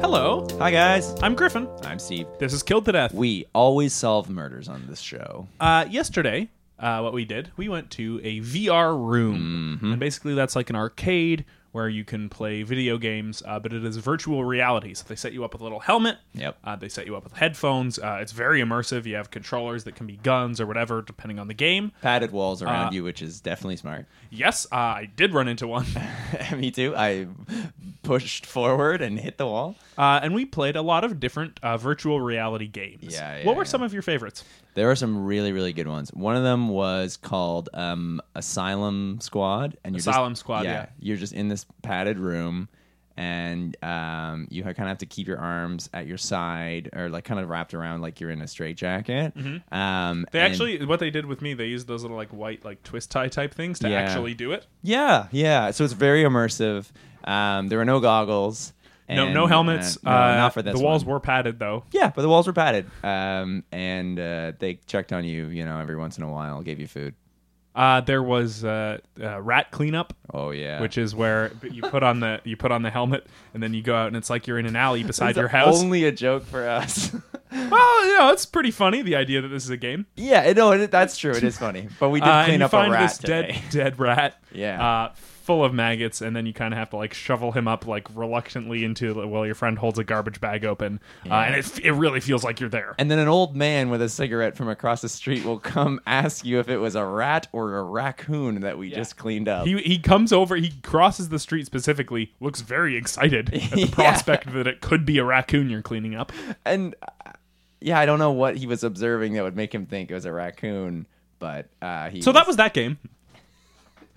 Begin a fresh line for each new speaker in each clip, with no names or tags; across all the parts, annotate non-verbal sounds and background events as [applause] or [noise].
Hello,
Hi, guys.
I'm Griffin.
I'm Steve.
This is Killed to Death.
We always solve murders on this show.
Uh, yesterday, uh, what we did, we went to a VR room,
Mm-hmm.
and basically that's like an arcade where you can play video games, uh, but it is virtual reality. So they set you up with a little helmet.
Yep.
Uh, they set you up with headphones. Uh, it's very immersive. You have controllers that can be guns or whatever, depending on the game.
Padded walls around you, which is definitely smart. [laughs]
Yes, uh, I did run into one,
Me too. I pushed forward and hit the wall.
uh, and we played a lot of different uh, virtual reality games.
Yeah, yeah,
what were
yeah.
some of your favorites?
There were some really, really good ones. One of them was called um, Asylum Squad, and you're
Asylum
just,
Squad, yeah.
you're just in this padded room, and um, you kind of have to keep your arms at your side or like kind of wrapped around like you're in a straitjacket. Um,
They
and-
actually, what they did with me, they used those little like white like twist tie type things to
Yeah.
actually do it.
Yeah, yeah. So it's very immersive. Um, there were no goggles.
no,
and,
no helmets.
uh, no,
uh,
not for this.
The walls
one.
were padded though.
Yeah, but the walls were padded. Um, and uh, they checked on you, you know, every once in a while, gave you food.
Uh, there was uh, uh, rat cleanup,
Oh yeah,
which is where you put on the you put on the helmet and then you go out and it's like you're in an alley beside
It's
your house.
Only a joke for us. [laughs]
well, you know, it's pretty funny the idea that this is a game.
yeah, it- no, it, that's true. It is funny, but we
[laughs]
did
Uh, and
clean
you
up
find
a rat
this
today.
[laughs] dead dead rat.
Yeah.
Uh, full of maggots and then you kind of have to like shovel him up like reluctantly into while your friend holds a garbage bag open uh, and it, f- it really feels like you're there
[laughs] And then an old man with a cigarette from across the street will come [laughs] ask you if it was a rat or a raccoon that we just cleaned up.
He he comes over. He crosses the street specifically. Looks very excited at the
[laughs] Yeah.
prospect that it could be a raccoon you're cleaning up.
and uh, yeah, I don't know what he was observing that would make him think it was a raccoon, but uh, he
So that was that game.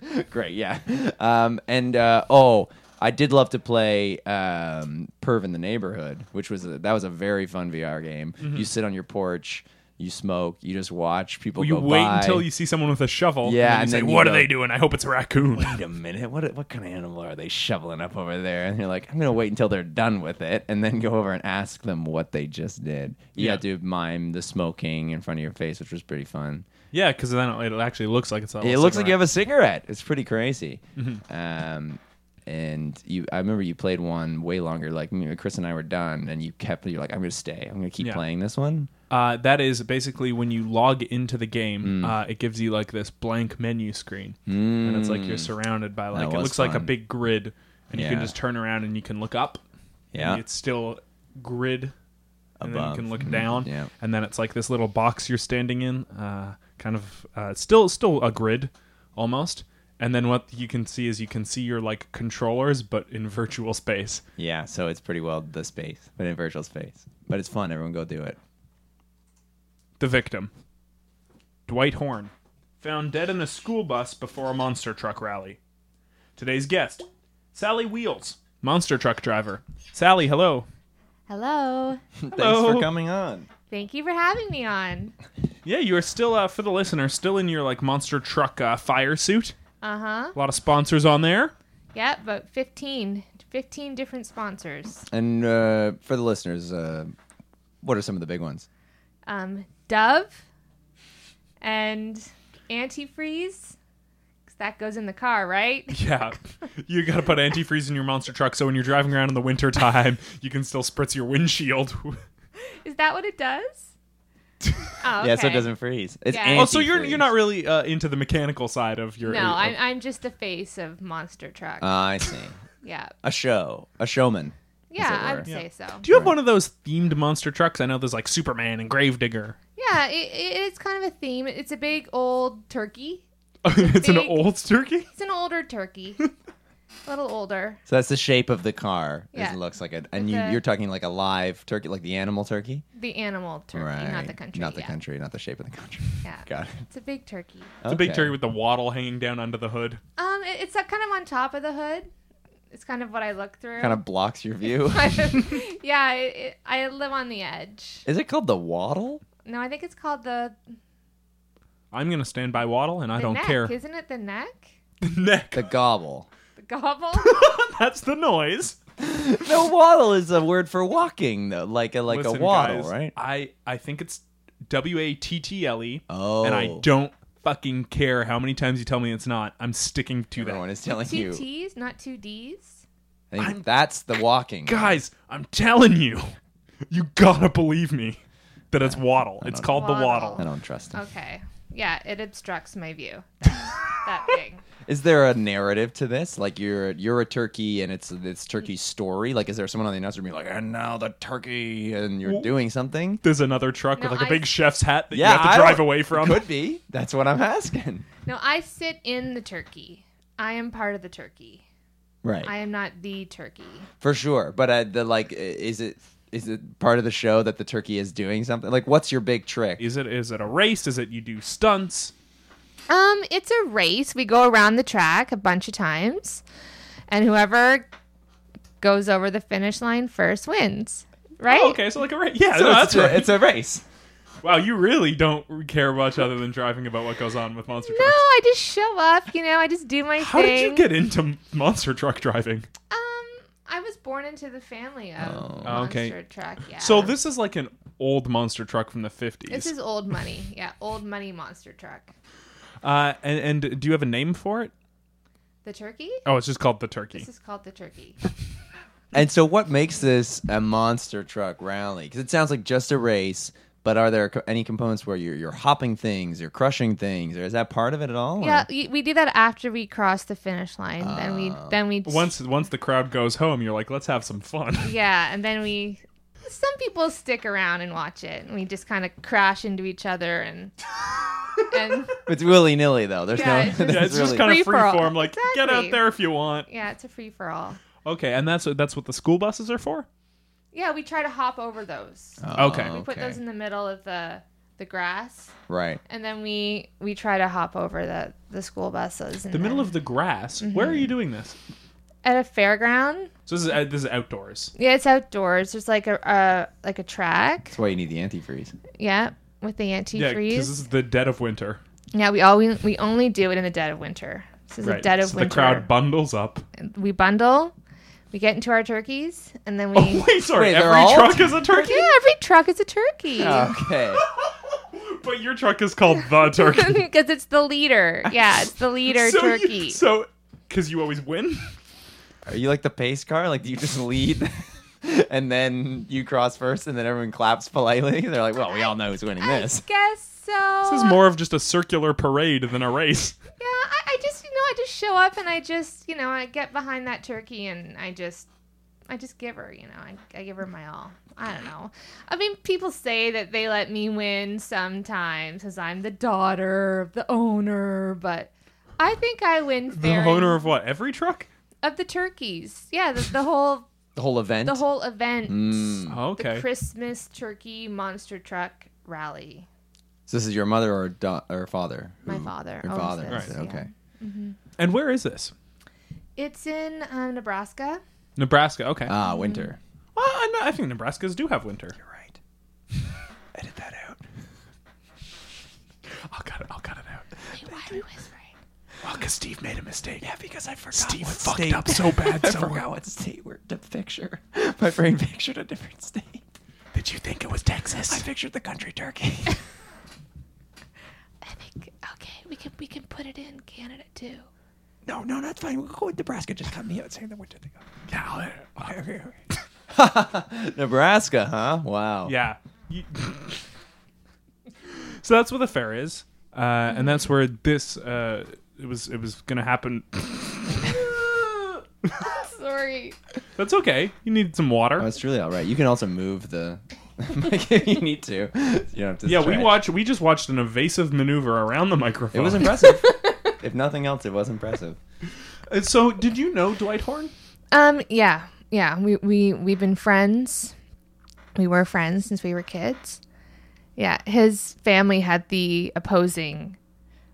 was [laughs] great. Yeah, um, and uh, oh, I did love to play um, Perv in the Neighborhood, which was a, that was a very fun VR game. You sit on your porch, you smoke, you just watch people.
You
go
wait
by.
until you see someone with a shovel.
Yeah,
and
and
then you
then
say,
you
"What
go-
are they doing? I hope it's a raccoon." [laughs]
Wait a minute, what what kind of animal are they shoveling up over there? And you're like, I'm gonna wait until they're done with it, and then go over and ask them what they just did. You
Yeah.
had to mime the smoking in front of your face, which was pretty fun.
yeah, because then it actually looks like it's. A
it looks like you have a cigarette. It's pretty crazy.
Mm-hmm.
Um, and you, I remember you played one way longer. Like me- Chris and I were done, and you kept. You're like, I'm gonna stay. I'm gonna keep
Yeah.
playing this one.
Uh, that is basically when you log into the game.
Mm.
Uh, it gives you like this blank menu screen, and it's like you're surrounded by like it
Mm. was
looks like a
fun.
big grid, and you can
Yeah.
just turn around and you can look up. and
Yeah.
it's still grid, and then you
Above. Mm-hmm.
can look down.
Yeah.
and then it's like this little box you're standing in, uh, kind of uh, still still a grid almost. And then what you can see is you can see your like controllers, but in virtual space.
Yeah, so it's pretty well the space, but in virtual space. But it's fun. Everyone go do it.
The victim, Dwight Horn, found dead in a school bus before a monster truck rally. Today's guest, Sally Wheels, monster truck driver. Sally, hello.
Hello.
Thanks
Hello.
for coming on.
Thank you for having me on.
Yeah, you are still uh, for the listener, still in your like monster truck uh, fire suit.
Uh huh.
A lot of sponsors on there.
Yep, but 15, 15 different sponsors.
And uh, for the listeners, uh, what are some of the big ones?
Um, Dove and antifreeze. 'cause that goes in the car, right?
[laughs]
Yeah, you gotta put antifreeze in your monster truck so when you're driving around in the winter time, [laughs] you can still spritz your windshield.
Is that what it
[laughs]
does? Oh,
Yeah, so it
okay.
doesn't freeze. It's
Yeah.
anti
oh, so you're you're not really uh, into the mechanical side of your. uh,
No,
of-
I'm, I'm just the face of Monster Truck.
Ah, I see.
yeah.
A show, a showman.
Yeah, I
were.
would say so.
Do you have one of those themed monster trucks? I know there's like Superman and Gravedigger.
Yeah, it, it, it's kind of a theme. It's a big old turkey.
[laughs] it's an
big-
old turkey.
It's an
[laughs]
older turkey, a little older.
So that's the shape of the car.
Yeah.
It looks like a, and you,
It's a-
you're talking like a live turkey, like the animal turkey,
The animal turkey, not the country.
not the
yeah.
country, not the shape of the country. [laughs]
Yeah.
Got it.
It's a big turkey.
It's a big turkey with the waddle hanging down under the hood.
Um, it, it's uh, kind of on top of the hood. It's kind of what I look through. [laughs]
Kind of blocks your view.
yeah, it, it, I live on the edge.
Is it called the waddle?
No, I think it's called the.
I'm gonna stand by Waddle, and I
the
don't
neck.
care.
Isn't it the neck?
[laughs] The neck.
The gobble. [laughs]
The gobble.
[laughs] That's the noise.
no, waddle is a word for walking, though. Like a like
Listen,
a waddle,
guys,
right?
I I think it's W A T T L E,
Oh,
and I don't fucking care how many times you tell me it's not. I'm sticking to that.
Everyone is telling
two
you.
T's, not two D's.
I think
I'm-
that's the walking.
Guys, I'm telling you, you gotta believe me that it's Waddle. It's
don't-
called the
Waddle.
Waddle.
I don't trust him.
Okay. Yeah, it obstructs my view.
[laughs]
That, that thing.
Is there a narrative to this? Like you're you're a turkey, and it's it's turkey's story. Like, is there someone on the announcer being like, "And now the turkey," and you're
Well-
doing something?
There's another truck
No,
with like a
I-
big chef's hat that
Yeah,
you have
I
to drive
don't-
away from.
Could be. That's what I'm asking.
No, I sit in the turkey. I am part of the turkey.
Right.
I am not the turkey.
For sure. But uh, the like, i- is it is it part of the show that the turkey is doing something? Like, what's your big trick?
Is it is it a race? Is it you do stunts?
Um, it's a race. We go around the track a bunch of times, and whoever goes over the finish line first wins. Right?
Oh, okay, so like a race. Yeah,
So
no,
it's
that's
a-
right.
It's a race.
wow, you really don't care much other than driving about what goes on with monster
No,
trucks.
I just show up. You know, I just do my
How
thing.
did you get into monster truck driving?
Um, I was born into the family of
Oh, okay.
monster truck. Yeah.
So this is like an old monster truck from the 50s.
This is old money. Yeah, old money monster truck.
uh, and, and do you have a name for it?
The turkey.
Oh, it's just called the turkey.
This is called the turkey.
And so, what makes this a monster truck rally? Because it sounds like just a race. But are there co- any components where you're, you're hopping things, you're crushing things, or is that part of it at all? or-
yeah, y- we do that after we cross the finish line. then we then we
Once once the crowd goes home, you're like, let's have some fun. [laughs]
Yeah, and then we. Some people stick around and watch it, and we just kind of crash into each other and and
It's willy nilly though. There's
Yeah,
no.
it's just-
there's
Yeah, it's just
really-
kind of free
Free-for-all.
form. Like, get out
Exactly.
there if you want.
yeah, it's a free for all.
Okay, and that's what that's what the school buses are for.
Yeah, we try to hop over those.
Oh,
Okay.
we put those in the middle of the the grass,
Right.
and then we we try to hop over the the school buses. And
The middle
then-
of the grass.
Mm-hmm.
Where are you doing this?
at a fairground.
So this is uh, this is outdoors.
Yeah, it's outdoors. There's like a uh, like a track.
That's why you need the
[laughs]
antifreeze.
Yeah, with the
Yeah, because this
antifreeze.
is the dead of winter.
Yeah, we all we, we only do it in the dead of winter. This is the dead of
so
winter.
the crowd bundles up.
we bundle, we get into our turkeys, and then we.
Oh [laughs] wait, sorry.
Wait, they're
Every
all
truck is a turkey, [laughs]
[laughs] yeah, every truck is a turkey.
Okay.
but your truck is called the turkey.
[laughs] Because it's the leader. Yeah, it's the leader
so
turkey.
You, so, because you always win.
Are you like the pace car? Like, do you just lead [laughs] and then you cross first and then everyone claps politely? [laughs] They're like, well, we all know who's winning
I [laughs]
this.
guess so.
This is more of just a circular parade than a race.
Yeah, I, I just you know I just show up and I just you know I get behind that turkey and I just I just give her you know I, I give her my all. I don't know. I mean, people say that they let me win sometimes because I'm the daughter of the owner, but I think I win
The
fair.
owner of what? Every truck.
of the turkeys. Yeah, the, the whole
The whole event.
the whole event.
Mm.
Oh,
The
okay.
Christmas turkey monster truck rally.
So this is your mother or da- or father?
My
Who-
father.
Your
owns
father.
this,
is it?
yeah.
Okay.
and where is this?
It's in um, Nebraska.
Nebraska. Okay.
Mm-hmm.
Ah, winter. [laughs]
well, I, know- I think Nebraskas do have winter. [laughs]
Right. Edit that out.
I'll cut it. I'll cut it out.
Wait, why are we whispering?
Oh,
Well, because Steve made a mistake. Yeah, because I forgot. Steve
what
fucked
state-
up [laughs] so bad.
I
so
forgot what state we're to picture. [laughs] My brain pictured a different state.
Did you think it was Texas?
I pictured the country turkey.
I think okay, we can we can put it in Canada too.
no, no, that's fine. We'll go with Nebraska. Just cut me out saying the winter thing.
yeah. I'll-
Nebraska, huh? Wow.
Yeah. You- [laughs] so that's where the fair is, uh, and that's where this uh, it was it was gonna happen.
[laughs]
[laughs]
Sorry.
That's okay. You need some
Oh,
water.
it's really all right. You can also move the [laughs] mic if you need to. You don't have to
Yeah, we
stretch.
watch. We just watched an evasive maneuver around the
It
microphone.
was impressive. if nothing else, it was impressive.
Uh, so, did you know Dwight Horn?
Um yeah. Yeah, we we we've been friends. We were friends since we were kids. Yeah, his family had the opposing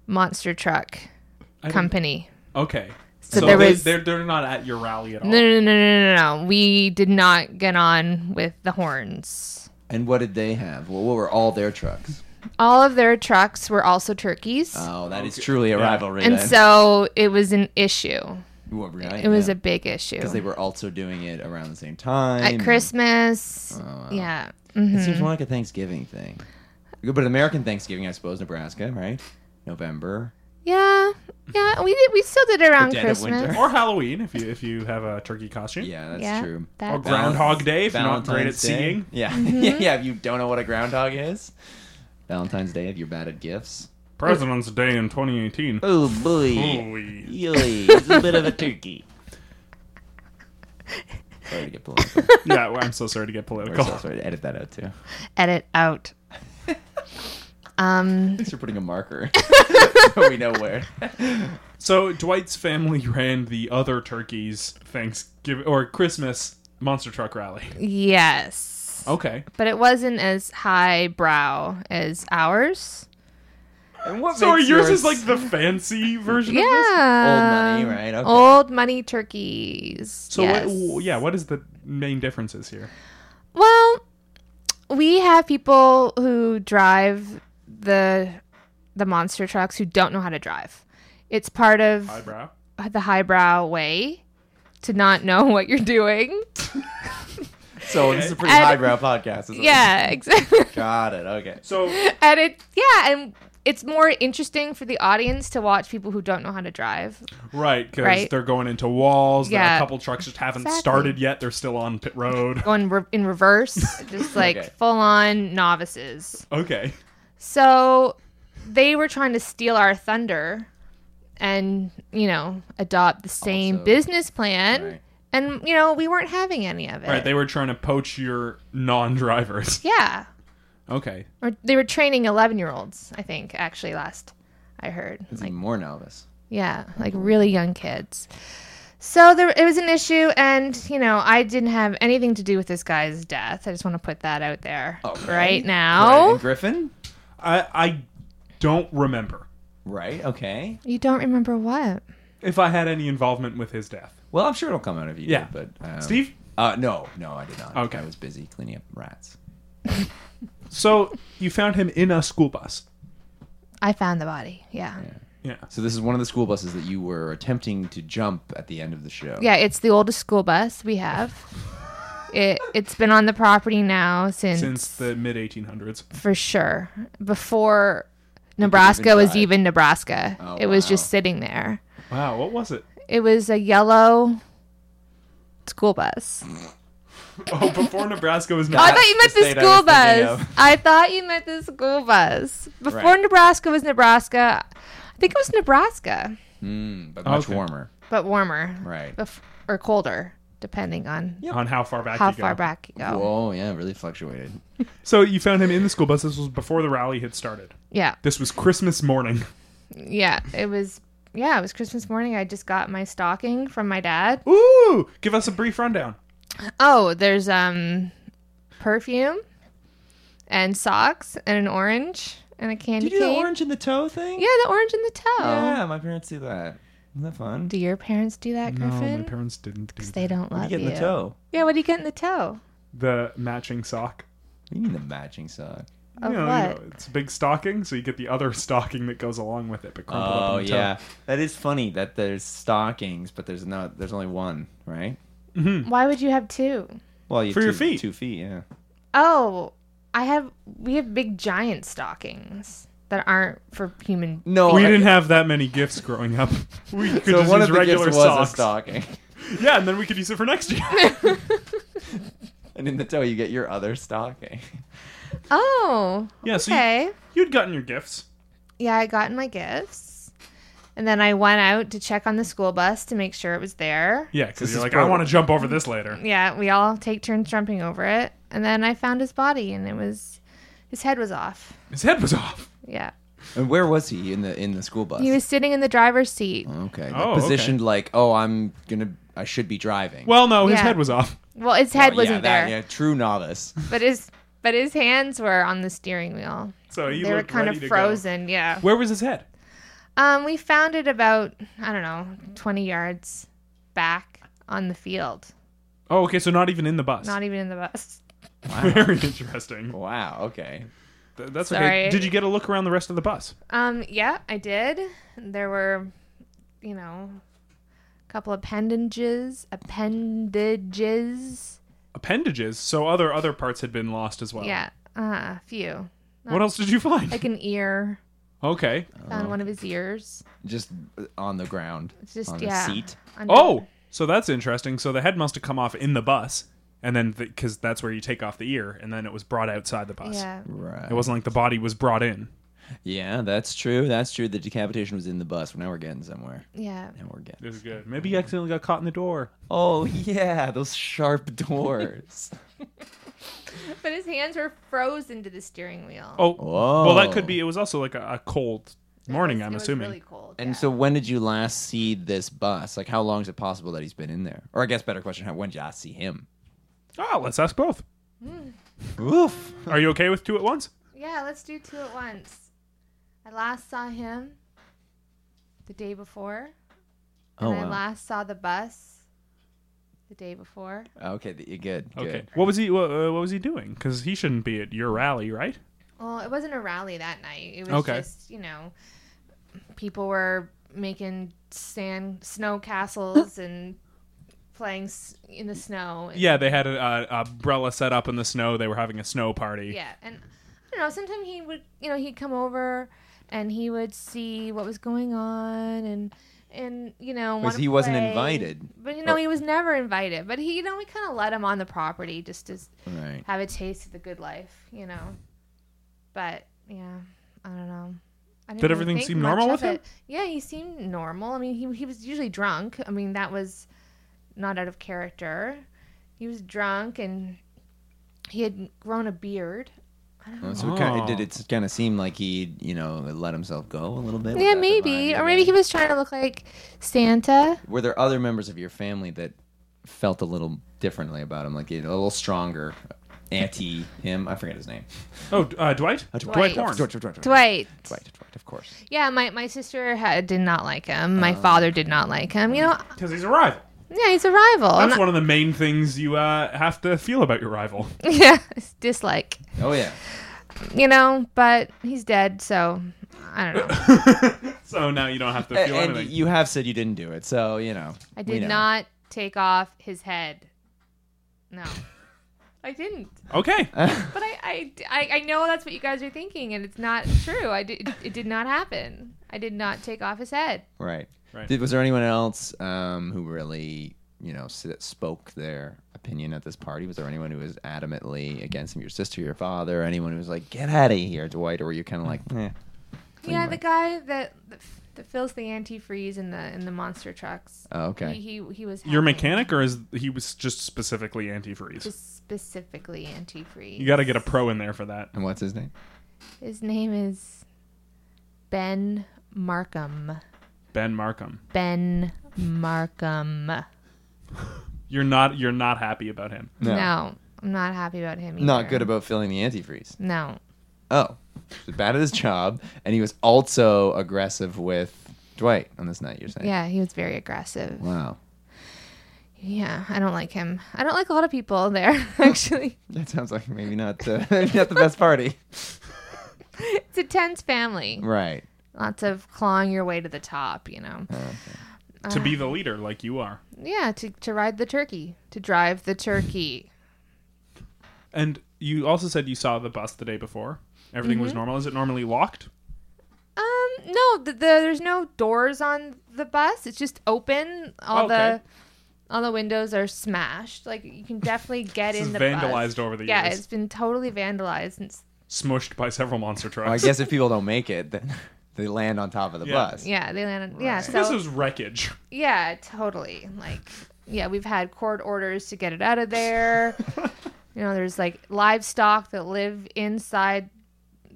monster truck
I didn't-
company.
Okay.
So
so
there
they,
was-
they're, they're not at your rally at all.
No, no, no, no, no, no. We did not get on with the horns.
And what did they have? Well, what were all their trucks?
All of their trucks were also turkeys.
Oh, that is
Okay.
truly a
Yeah.
rivalry.
and
then.
so it was an issue.
Well, right,
It was
yeah.
a big issue.
because they were also doing it around the same time
At
and-
Christmas.
Oh,
Yeah. Mhm.
It seems more like a Thanksgiving thing, but American Thanksgiving, I suppose, Nebraska, right? November.
Yeah. Yeah. We did we still did it around
dead of winter.
Christmas.
Or Halloween if you if you have a turkey costume.
Yeah, [laughs] that's
Yeah,
true.
that- Mm-hmm.
Or
Or
Groundhog Day if you're not great at
Day.
seeing.
Yeah, [laughs] yeah, yeah. If you don't know what a groundhog is, Valentine's Day. If you're bad at gifts.
President's Day in 2018.
Oh boy,
Ooh-wee.
Yoy, it's a bit of a turkey. Sorry to get [laughs] political.
yeah, well, I'm so sorry to get
We're
political.
so sorry to edit that out too. At
Edit
[laughs]
out. um
least you're putting a marker, [laughs] so we know where.
So Dwight's family [laughs] ran the other turkeys Thanksgiving or Christmas monster truck rally.
yes.
[laughs] Okay.
But it wasn't as highbrow as ours.
And what
So yours,
makes
is like the
[laughs]
fancy version
Yeah.
of this?
Um, Old money, right? Okay.
Old money turkeys.
So
yes.
what, yeah, what is the main differences here?
Well, we have people who drive the the monster trucks who don't know how to drive. It's part of
Eyebrow.
the highbrow way to not know what
[laughs]
you're doing.
so this is a pretty
And-
highbrow podcast. isn't it?
Yeah, exactly.
Got it. Okay.
So
[laughs] and it yeah, and it's more interesting for the audience to watch people who don't know how to drive.
right, because
Right.
they're going into walls. Yeah.
Yeah.
A couple trucks just haven't
Exactly.
started yet. They're still on pit
[laughs]
road.
Going re-
[laughs]
in reverse, just like
Okay.
full on novices.
Okay.
So they were trying to steal our thunder and, you know, adopt the same
Also-
business plan.
Right.
And, you know, we weren't having any of it.
Right, they were trying to poach your non-drivers. [laughs]
yeah.
Okay.
Or they were training 11 year olds, I think, actually, last I heard.
It's
Like,
even more novice.
yeah, like really young kids. So there, it was an issue, and you know, I didn't have anything to do with this guy's death. I just want to put that out there
Okay.
right
Oh, Right,
now.
and Griffin.
I I don't remember
Right. Okay.
You don't remember what?
if I had any involvement with his death.
Well, I'm sure it'll come out of you.
Yeah.
But um,
Steve?
Uh, no, no, I did not.
Okay.
I was busy cleaning up rats.
So you found him in a school bus.
I found the body. Yeah.
Yeah.
So this is one of the school buses that you were attempting to jump at the end of the show.
Yeah, it's the oldest school bus we have. it it's been on the property now since,
Since the mid 1800s.
for sure before Nebraska was
drive.
even Nebraska.
Oh,
it was
wow.
just sitting there.
Wow, what was it? [laughs]
It was a yellow school bus.
Oh, before Nebraska was
I
not.
thought you meant
the
the,
state I
school
was thinking
bus.
of.
I thought you meant the school bus. Before
Right.
Nebraska was Nebraska. I think it was Nebraska,
Mm, but much
Okay.
warmer.
but warmer
Right.
bef- or colder, depending on
On how far back
how
you go.
far back you go.
Whoa, yeah, really fluctuated.
So you found him in the school bus. This was before the rally had started.
Yeah.
This was Christmas
[laughs]
morning.
Yeah, it was. Yeah, it was Christmas morning. I just got my stocking from my dad.
Ooh, give us a brief rundown.
Oh, there's um perfume and socks and an orange and a candy
Did you do the
cane.
orange in the toe thing?
Yeah, the orange and the toe.
Yeah, my parents do that. Isn't that fun?
Do your parents do that,
No, Oh, my
Griffin?
parents didn't do
'Cause
that.
they don't
What
love
do
you.
you get in the toe?
Yeah, what do you get in the toe?
the matching sock.
What do you mean the matching sock?
Of
you know,
what?
You know, it's a big stocking, so you get the other [laughs] stocking that goes along with it, but crumpled up
Oh
in the toe.
yeah, that is funny that there's stockings, but there's no, there's only one, right?
Why would you have two?
Well, you
For
two,
your feet.
two feet, yeah.
Oh, I have. We have big giant stockings that aren't for human.
No,
We didn't have that many gifts growing up. [laughs] We could
So
just
one
use
of the
regular
gifts
socks.
was a stocking, [laughs]
Yeah, and then we could use it for next year. [laughs]
and in the toe you get your other stocking.
Oh.
Yeah, so you-
Okay.
You'd gotten your gifts.
yeah, I gotten my gifts. And then I went out to check on the school bus to make sure it was there.
Yeah,
This
because you're
is
like, I
proto-
want to jump over this later.
Yeah, we all take turns jumping over it. And then I found his body and it was his head was off.
His head was off.
Yeah.
[laughs] And where was he in the in the school bus?
He was sitting in the driver's seat.
okay,
Oh,
like,
okay.
positioned like, oh, I'm gonna, I should be driving.
Well, no, his
Yeah.
head was off.
Well, his head
Oh, yeah,
wasn't
that,
there,
Yeah, true novice.
but his but his hands were on the steering wheel.
So he
they were
looked
kind
ready
of
to go.
frozen, yeah.
Where was his head?
Um, we found it about I don't know twenty yards back on the field.
Oh, okay. So not even in the bus.
Not even in the bus.
Very interesting.
Wow. Okay.
Th- that's okay.
Sorry.
Did you get a look around the rest of the bus?
Um, yeah, I did. There were, you know, a couple appendages, appendages.
Appendages. So other other parts had been lost
Oh.
as well.
Yeah, uh, a few.
What else did you find?
Like an ear.
Okay.
Oh.
Found one of his ears.
Just uh, on the ground.
It's just
on
yeah.
the seat.
under-
Oh, so that's interesting. So the head must have come off in the bus, and then because that's where you take off the ear, and then it was brought outside the bus.
Yeah.
Right.
It wasn't like the body was brought in.
Yeah, that's true. That's true. The decapitation was in the bus. Now we're getting somewhere.
Yeah.
Now we're getting.
This is good. Maybe you accidentally got caught in the door.
Oh yeah, those sharp [laughs] doors.
But his hands were frozen to the steering wheel.
Oh,
Whoa.
well, that could be. It was also like a, a cold morning.
It
I'm
was
assuming.
really cold.
And
yeah.
so, when did you last see this bus? Like, how long is it possible that he's been in there? Or I guess better question: How when did you last see him?
Oh, let's ask both.
Oof.
Are you okay with two at [laughs] once?
Yeah, let's do two at once. I last saw him the day before.
Oh
and I
wow.
last saw the bus the day before.
Okay, th- good. Good.
Okay. What was he? What, uh, what was he doing? Because he shouldn't be at your rally, right?
Well, it wasn't a rally that night. It was
Okay.
just, you know, people were making sand
[laughs]
snow castles and playing s- in the snow. And,
Yeah, they had an uh, umbrella set up in the snow. They were having a snow party.
Yeah, and I don't know. Sometimes he would, you know, he'd come over and he would see what was going on and. And you know,
Because
wanna
he wasn't
play.
invited. Oh.
But you know,
Or-
he was never invited. But he, you know, we kind of let him on the property just to s-
All right.
have a taste of the good life, you know. But yeah, I don't know. I
Did
didn't really
everything
think
seem
much
normal
of
with him?
it. Yeah, he seemed normal. I mean, he he was usually drunk. I mean, that was not out of character. He was drunk and he had grown a beard.
Well, so it kind
Oh.
of, did it kind of seem like he, you know, let himself go a little bit? Was
yeah,
that the vibe
maybe,
you
or maybe
got?
he was trying to look like Santa.
Were there other members of your family that felt a little differently about him, like a little stronger, anti him? I forget his name.
Oh, uh, Dwight.
Dwight.
Horn.
Dwight, Dwight, Dwight, Dwight,
Dwight.
Dwight, Dwight, of course.
Yeah, my, my sister had, did not like him. My
Oh.
father did not like him. You know,
Because he's a rival.
yeah, he's a rival.
That's
And I-
one of the main things you uh, have to feel about your rival. [laughs]
[laughs] yeah, it's dislike.
Oh yeah.
you know, but he's dead, so I don't know.
so now you don't have to
A-
feel
And,
anything.
you have said you didn't do it, so you know.
I
we
did
know.
not take off his head. No. I didn't.
okay.
But I, I, I, I know that's what you guys are thinking, and it's not true. I did, it did not happen. I did not take off his head.
[laughs] Right.
Right.
Did, was there anyone else um, who really, you know, s- spoke their opinion at this party? Was there anyone who was adamantly against him? Your sister, your father, anyone who was like, "Get out of here, Dwight," or were you kind
[laughs]
of like, eh.
Yeah,
Anyway.
the guy that that fills the antifreeze in the in the monster trucks.
Oh, okay.
He, he, he was
Your
having
mechanic, or is he was just specifically antifreeze?
just specifically antifreeze.
You got to get a pro in there for that.
And what's his name?
His name is Ben Markham.
Ben Markham.
Ben Markham.
You're not. You're not happy about him.
No. I'm not happy about him. Either.
Not good about filling the antifreeze.
No.
Oh, he was bad at his job, and he was also aggressive with Dwight on this night. You're saying?
Yeah, he was very aggressive.
Wow,
Yeah, I don't like him. I don't like a lot of people there, [laughs] actually.
that sounds like maybe not [laughs] uh, maybe not the best party.
it's a tense family.
Right.
Lots of clawing your way to the top, you know.
Uh. to be
Uh.
the leader, like you are.
Yeah, to, to ride the turkey, to drive the turkey.
And you also said you saw the bus the day before. Everything
Mm-hmm.
was normal. Is it normally locked?
Um, no, the, the, there's no doors on the bus. It's just open. All
Okay.
the all the windows are smashed. Like you can definitely get
This
in
is
the
vandalized
bus.
over the
Yeah,
years.
it's been totally vandalized since
Smushed by several monster
Well, I
trucks.
guess if people don't make it, then [laughs] they land on top of the
Yeah.
bus.
yeah, they landed. Yeah,
[laughs]
so
this is [laughs] wreckage.
Yeah, totally. Like, yeah, we've had court orders to get it out of [laughs] there. you know, there's like livestock that live inside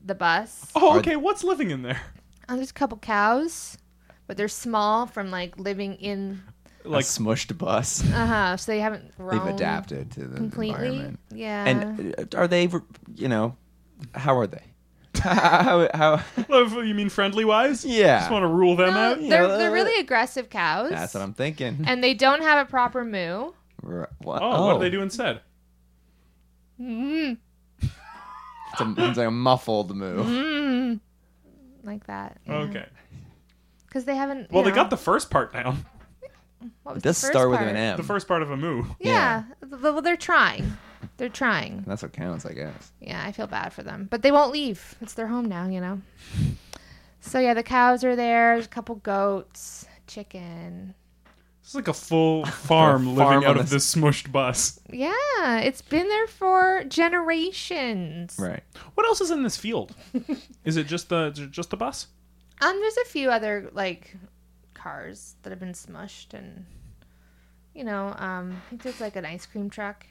the bus.
Oh,
Are-
okay. What's living in [laughs] there?
Oh, there's a couple cows, but they're small from like living in.
Like Um,
a smushed bus. [laughs]
Uh huh. So they haven't grown
They've adapted to the
completely.
environment.
Yeah.
And uh, are they, [laughs] you know, how are they? how, how,
[laughs] Love, oh, you mean friendly wise?
Yeah.
Just want to rule them
No,
out.
you
they're,
know,
they're
that-
really aggressive cows.
that's what I'm thinking.
And they don't have a proper moo.
R- what-
Oh, what do they do instead?
Mm,
It's, a, it's like a muffled
Mm-hmm.
move.
mm, like that.
Okay.
Mm-hmm. Because they haven't.
Well,
you
they
know,
got the first part down.
What
It
was
does
the first
start with
part?
an M.
The first part of a moo.
Yeah. th- Well, they're trying. They're trying.
That's what counts, I guess.
Yeah, I feel bad for them. But they won't leave. It's their home now, you know? So, yeah, the cows are there. There's a couple goats, chicken.
[laughs] It's like [laughs] a full farm living
farm
out
on
of this smushed [laughs] bus.
Yeah, it's been there for generations.
Right.
What else is in this
[laughs]
field? is it just the j- just the bus?
Um, there's a few other like cars that have been smushed, and you know, um, I think there's like an ice cream truck.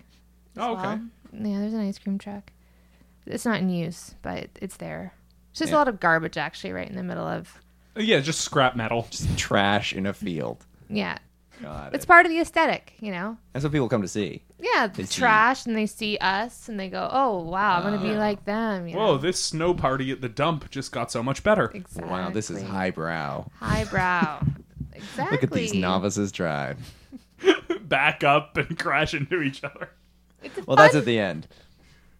as
Oh, okay.
well. Yeah, there's an ice cream truck. It's not in use, but it's there. It's just
Yeah.
a lot of garbage actually, right in the middle of
Uh, Yeah, just scrap metal.
Trash in a field.
yeah.
Got
It's
it.
part of the aesthetic, you know.
That's what people come to see.
Yeah, the
see-
trash, and they see us, and they go, "Oh wow, I'm gonna
Uh,
be like them." You
Whoa,
know?
this snow party at the dump just got so much better.
exactly.
Wow, this is highbrow.
highbrow.
[laughs]
exactly.
Look at these novices drive.
[laughs] Back up and crash into each other.
Well, that's at the end. [laughs]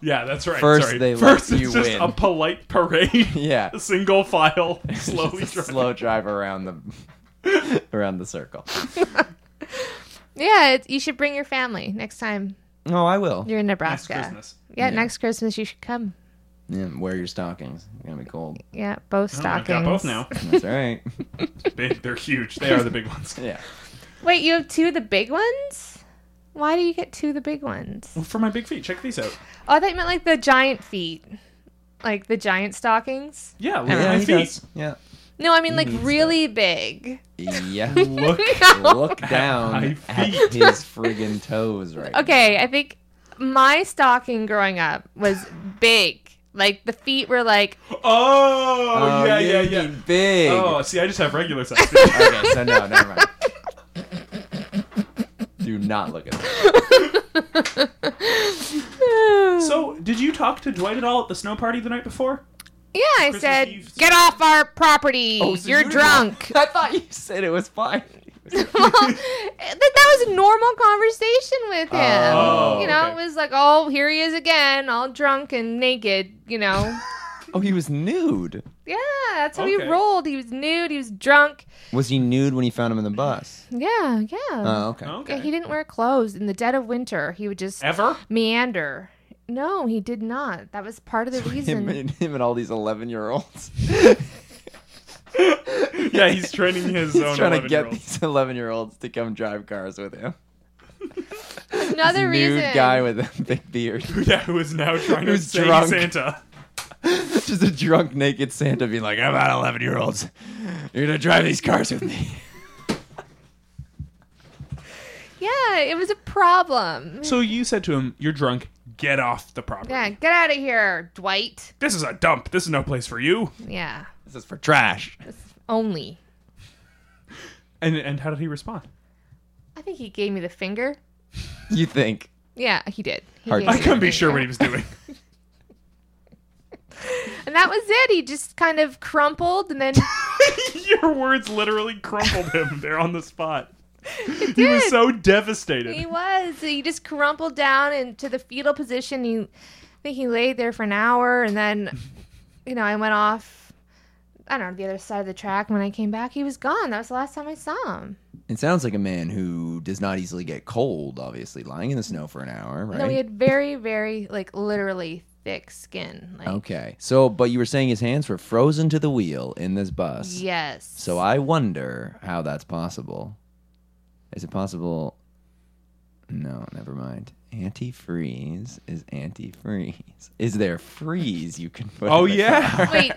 Yeah, that's right.
First
Sorry.
they let
First it's
you
just
win.
a polite parade.
[laughs]
[laughs]
Yeah.
A single file, slowly
[laughs] Just a
driving.
slow drive around the [laughs] around the circle.
Yeah, it's, you should bring your family next time
Oh, I will.
you're in
Next
Nebraska.
Christmas.
Yeah,
Yeah.
next Christmas you should come.
Yeah, wear your stockings. It's gonna be cold.
Yeah, both
Oh, I've
stockings.
got both now.
That's all right. [laughs]
Big, they're huge. They are the big ones.
yeah.
Wait, you have two of the big ones? Why do you get two of the big ones?
Well, Oh, for my big feet, check these out.
Oh, I thought you meant like the giant feet. Like the giant stockings?
Yeah, look
Yeah,
at my
he
feet.
does. Yeah.
No, I mean like
Mm-hmm.
Mm,
really [laughs] big.
Yeah.
[laughs] Look.
Look down
my
at
feet.
his friggin' toes right
Okay, I think my stocking growing up was big. Like the feet were
[gasps]
like
Oh, yeah,
Oh, you
yeah, yeah.
mean Big.
Oh, see, I just have regular
[laughs]
size feet.
Okay,
[laughs]
so no, never mind. Do not look at that.
So
So, did you talk to Dwight at all at the snow party the night before?
Yeah, I
Christmas
said,
Eve- Oh,
"Get off our property.
so
You're
did
drunk."
not- [laughs] I thought you said it was fine.
[laughs] well, th- that was a normal conversation with him.
Oh,
you know,
okay.
it was like, oh, here he is again, all drunk and naked, you
[laughs]
know.
Oh, he was nude.
yeah, that's how
Okay.
he rolled. He was nude, he was drunk.
Was he nude when you found him in the bus?
Yeah, yeah.
Oh, okay.
Okay.
yeah. He didn't wear clothes. In the dead of winter, he would just [laughs]
Ever?
meander. No, he did not. That was part
[laughs]
of the
Him,
reason.
and, him and all these 11 year olds.
Yeah, he's training his
[laughs] He's
own
trying to
11
get
year old.
these 11 year olds to come drive cars with him. This
[laughs] Another
nude
reason.
guy with a big beard. [laughs]
Yeah, who is now trying to
Who's
save
drunk.
Santa.
Just a drunk, naked Santa being like, I'm out 11 year olds. You're going to drive these cars with me. [laughs]
yeah, it was a problem.
So you said to him, "You're drunk. Get off the property.
Yeah, get out of here, Dwight.
This is a dump. This is no place for you."
Yeah,
This is for trash.
only.
And and how did he respond?
I think he gave me the finger.
You
[laughs]
think.
Yeah, he did. He
Hard
gave
to
I
me the
couldn't be
finger.
sure what he was doing. [laughs]
And that was it. He just kind of crumpled
[laughs]
and then
Your words literally crumpled him there on the spot. He
did.
was so devastated.
he was. He just crumpled down into the fetal position. He, I think he laid there for an hour and then, you know, I went off. I don't know the other side of the track. When I came back, he was gone. That was the last time I saw him.
It sounds like a man who does not easily get cold, obviously, lying in the snow for an hour, right?
No, he had very, very like literally thick skin. Like,
okay. So, but you were saying his hands were frozen to the wheel in this bus.
Yes.
So I wonder how that's possible. Is it possible? No, never mind. Antifreeze is antifreeze. Is there freeze you can put?
Oh
in the
yeah.
car?
Wait,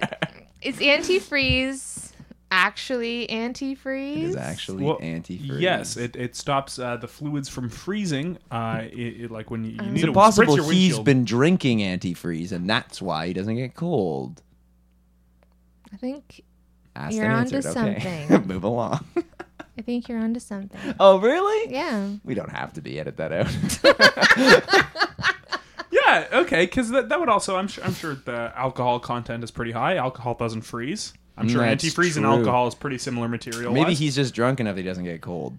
is antifreeze actually antifreeze?
it is actually
Well,
antifreeze.
Yes, it, it stops uh, the fluids from freezing. Uh, it, it- like when you, you need
Is
to
it
spritz
possible
your
he's
windshield.
been drinking antifreeze and that's why he doesn't get cold?
I think
Asked
You're
and
onto
answered. Okay. [laughs]
something.
Move along.
[laughs] I think you're onto something.
Oh, really?
Yeah.
[laughs] We don't have to be edit that out.
Yeah, Yeah, okay, because that, that would also I'm sure I'm sure the alcohol content is pretty high. Alcohol doesn't freeze. I'm sure
Mm, That's
antifreeze and
true.
alcohol is pretty similar material.
Maybe he's just drunk enough that he doesn't get cold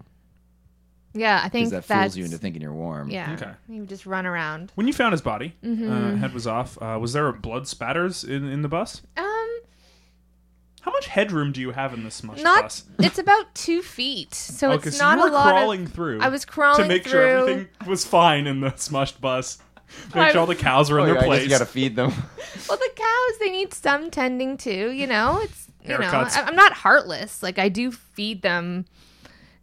Yeah, I
because
think
that
that's
fools you into thinking you're warm.
yeah.
Okay.
You just run around.
when you found his body,
Mm-hmm.
uh, head was off. Uh, was there blood spatters in, in the bus?
Um,
How much headroom do you have in this smush
not.
bus?
[laughs] It's about two feet, so
Okay,
it's
so
not
you were
a lot.
crawling
of,
through.
I was crawling
to make
through.
sure everything was fine in the smushed
[laughs]
bus. Make
I'm-
sure all the cows were in
Oh,
their
yeah, I guess
place.
you gotta feed them.
Well, the cows they need some tending to. You know, it's you
Haircuts.
know I, I'm not heartless. Like I do feed them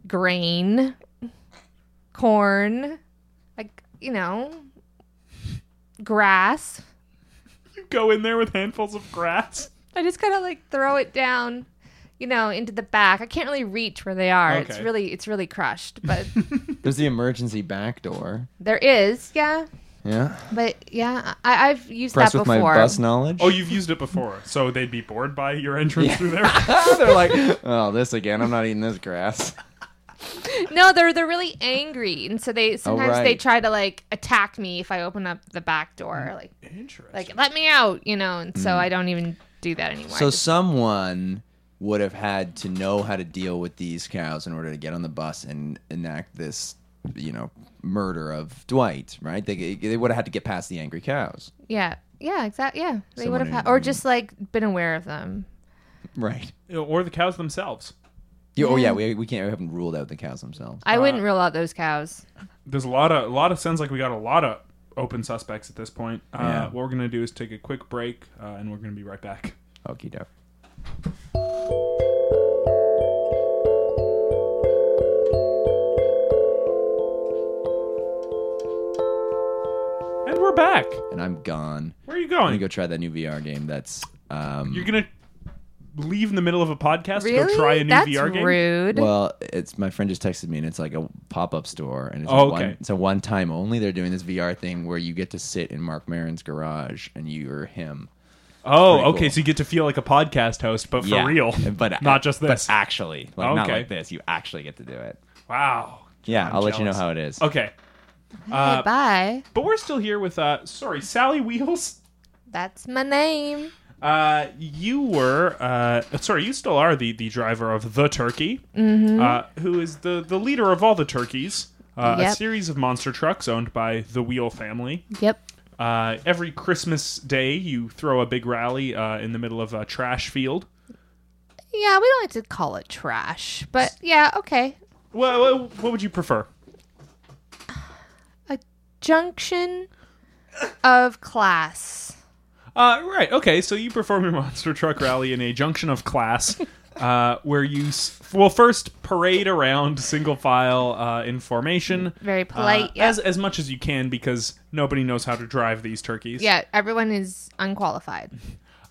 grain, corn, like you know, grass.
You go in there with handfuls of grass.
I just kind of like throw it down, you know, into the back. I can't really reach where they are. It's
Okay.
really it's really crushed, but
[laughs]
[laughs]
There's the emergency back door.
there is, yeah.
Yeah.
But yeah, I, I've used
Impressed
that
with my
before. [laughs]
bus knowledge.
Oh, you've used it before, so they'd be bored by your entrance through there.
[laughs] [laughs] They're like, oh, this again. I'm not eating this grass.
[laughs] no, they're they're really angry, and so they sometimes they
Oh, right. Mm.
try to like attack me if I open up the back door, like
Interesting.
like let me out, you know. And so I don't even do that anymore.
So
I just-
someone would have had to know how to deal with these cows in order to get on the bus and enact this, you know, murder of Dwight. Right? They they would have had to get past the angry cows.
yeah, yeah, exactly. Yeah, they
Someone
would have, had,
who-
or just like been aware of them.
Right.
or the cows themselves.
You, oh yeah, we, we can't we haven't ruled out the cows themselves.
I wouldn't rule out those cows.
There's a lot of a lot of sounds like we got a lot of open suspects at this point. Uh,
Yeah.
What we're gonna do is take a quick break, uh, and we're gonna be right back.
Okie doke.
And we're back.
And I'm gone.
Where are you
I'm
going?
gonna go try that new VR game. That's um.
You're gonna leave in the middle of a podcast to
Really?
go try a new
That's
VR game.
rude.
Well, it's my friend just texted me, and it's like a pop-up store, and it's
Oh,
a one,
okay.
it's a one-time only. They're doing this VR thing where you get to sit in Mark Maron's garage, and you're him.
Oh,
Pretty
okay.
cool.
So you get to feel like a podcast host, but for
Yeah,
real,
[laughs] but
[laughs]
uh,
not just this.
But actually, like, not
Okay.
like this. You actually get to do it.
wow.
Yeah,
I'm
i will let you know
jealous.
how it is.
Okay.
Hey,
Uh,
bye.
but we're still here with uh, sorry, Sally Wheels.
That's my name.
Uh, you were uh, sorry, you still are the the driver of the turkey,
Mm-hmm.
uh, who is the the leader of all the turkeys. Uh, A
Yep.
series of monster trucks owned by the Wheel family.
Yep.
Uh, every Christmas day, you throw a big rally uh, in the middle of a trash field.
Yeah, we don't like to call it trash, but yeah, okay.
Well, well, what would you prefer?
A junction of class.
Uh, right. Okay. So you perform your monster truck rally in a junction of class, uh, where you s- will first parade around single file uh, in formation,
Very
uh,
polite. yeah.
as as much as you can because nobody knows how to drive these turkeys.
yeah, everyone is unqualified.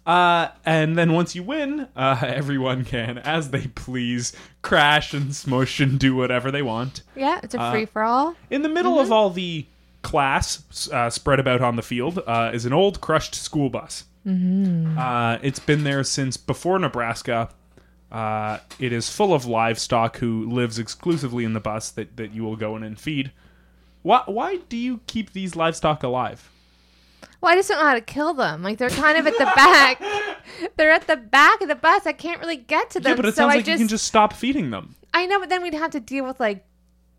Uh, and then once you win, uh, [laughs] everyone can, as they please, crash and smush and do whatever they want.
Yeah, it's a
Uh,
free for all.
In the middle
Mm-hmm.
of all the class uh, spread about on the field uh, is an old crushed school bus. Mm-hmm. Uh, it's been there since before Nebraska. Uh, it is full of livestock who lives exclusively in the bus that, that you will go in and feed. Why, why do you keep these livestock alive?
Well, I just don't know how to kill them. Like they're kind of at the
[laughs]
back. they're at the back of the bus. I can't really get to them.
yeah, but it
so
sounds
I
like you
just,
can just stop feeding them.
I know, but then we'd have to deal with like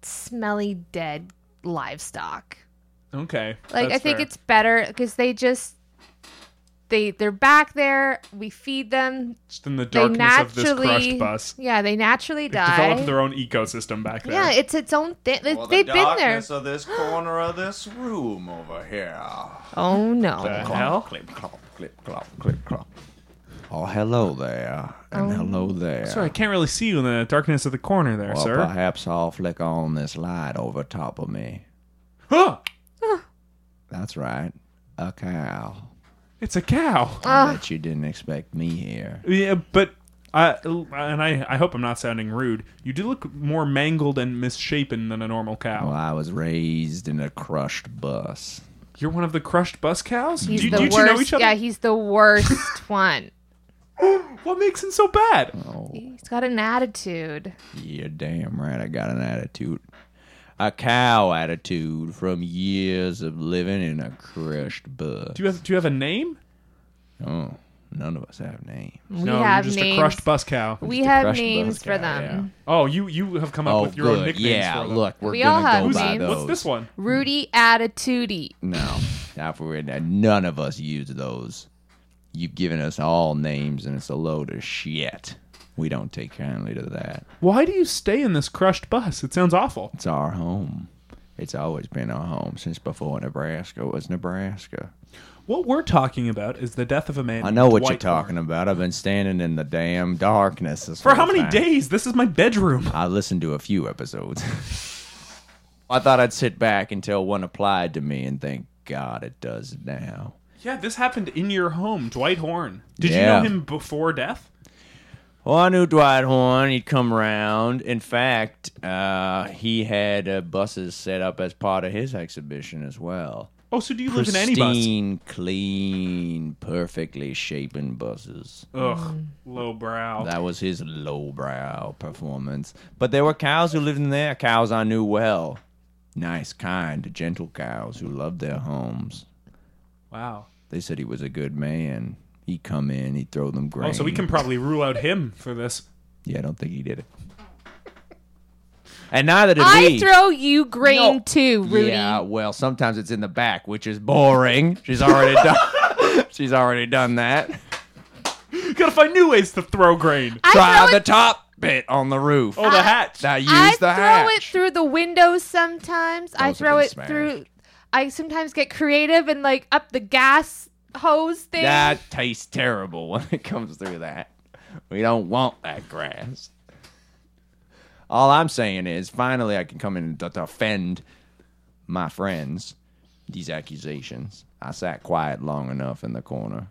smelly dead livestock.
Okay.
Like
that's
I think
fair.
it's better because they just they they're back there. We feed them.
just in the
They
darkness
naturally
of this crushed bus.
Yeah, they naturally die.
Developed their own ecosystem back there.
yeah, it's its own thing. They,
Well, the
they've been there.
darkness of this corner of this room over here.
Oh no.
The hell?
Clip clop, clip clop, clip clop.
Oh, hello there, and
Oh.
hello there.
Sorry, I can't really see you in the darkness of the corner there,
Well,
sir.
perhaps I'll flick on this light over top of me.
Huh!
That's right, a cow.
It's a cow.
I bet you didn't expect me here.
Yeah, but I and I, I hope I'm not sounding rude. You do look more mangled and misshapen than a normal cow.
Well, I was raised in a crushed bus.
You're one of the crushed bus cows.
He's
do,
the
do you two
worst.
know each other?
Yeah, he's the worst [laughs] one.
What makes him so bad?
Oh,
He's got an attitude.
you're damn right. I got an attitude. a cow attitude from years of living in a crushed bus.
Do you have Do you have a name?
Oh, none of us have names.
We
no,
have
you're just
names.
a crushed bus cow.
we
Just a
have
crushed
names
bus
for
guy,
them.
Oh, you you have come up
Oh,
with your
good.
own nicknames
yeah,
for them.
look, we're
We all
gonna
have
go
Who's,
by
names.
those.
what's this one?
Rudy Attitudi.
No, not for it. None of us use those. You've given us all names, and it's a load of shit. We don't take kindly to that.
Why do you stay in this crushed bus? It sounds awful.
It's our home. It's always been our home since before Nebraska was Nebraska.
What we're talking about is the death of a man.
I know what you're
Dwight Horn.
talking about. I've been standing in the damn darkness this
For
whole
how many
time.
days? This is my bedroom.
I listened to a few episodes. [laughs] I thought I'd sit back until one applied to me, and thank God it does now.
Yeah, this happened in your home, Dwight Horn. Did
Yeah.
you know him before death?
Well, I knew Dwight Horn. He'd come round. In fact, uh, he had uh, buses set up as part of his exhibition as well.
Oh, so do you live in any
Pristine, clean, perfectly shapen buses.
bus? Ugh, lowbrow.
That was his lowbrow performance. But there were cows who lived in there, cows I knew well. Nice, kind, gentle cows who loved their homes.
wow.
They said he was a good man. He'd come in, he'd throw them grain.
Oh, so we can probably rule out him for this. [laughs]
Yeah, I don't think he did it. And neither did
I
we.
throw you grain
No.
too, Rudy.
Yeah, well, sometimes it's in the back, which is boring. She's already done. [laughs] She's already done that.
You gotta find new ways to throw grain.
I
Try
throw
the
it,
top bit on the roof.
Oh, the hatch.
now use
I
the
throw it
hatch.
through the windows sometimes. I
Those have
throw
been
it through. I sometimes get creative and like up the gas hose thing.
That tastes terrible when it comes through that. We don't want that grass. All I'm saying is, finally, I can come in and d- defend my friends. These accusations. I sat quiet long enough in the corner,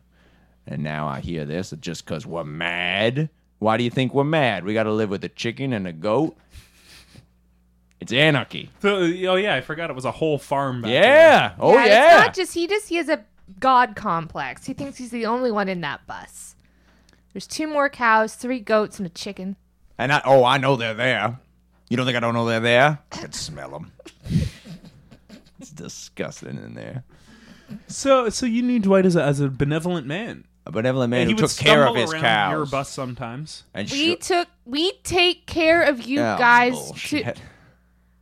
and now I hear this just because we're mad. Why do you think we're mad? We got to live with a chicken and a goat. It's anarchy.
So, oh yeah, I forgot it was a whole farm. Back there.
Yeah. Oh yeah.
It's not just he just he has a god complex. He thinks he's the only one in that bus. There's two more cows, three goats, and a chicken.
And I, oh, I know they're there. You don't think I don't know they're there? I can smell
[laughs]
them. it's disgusting in there.
So, so you knew Dwight as a, as a benevolent man.
A benevolent man
And he
who
would
took care of
stumble
his
around
cows.
Your bus sometimes.
And
We
sho-
took we take care of you
Oh,
guys. To,
bullshit.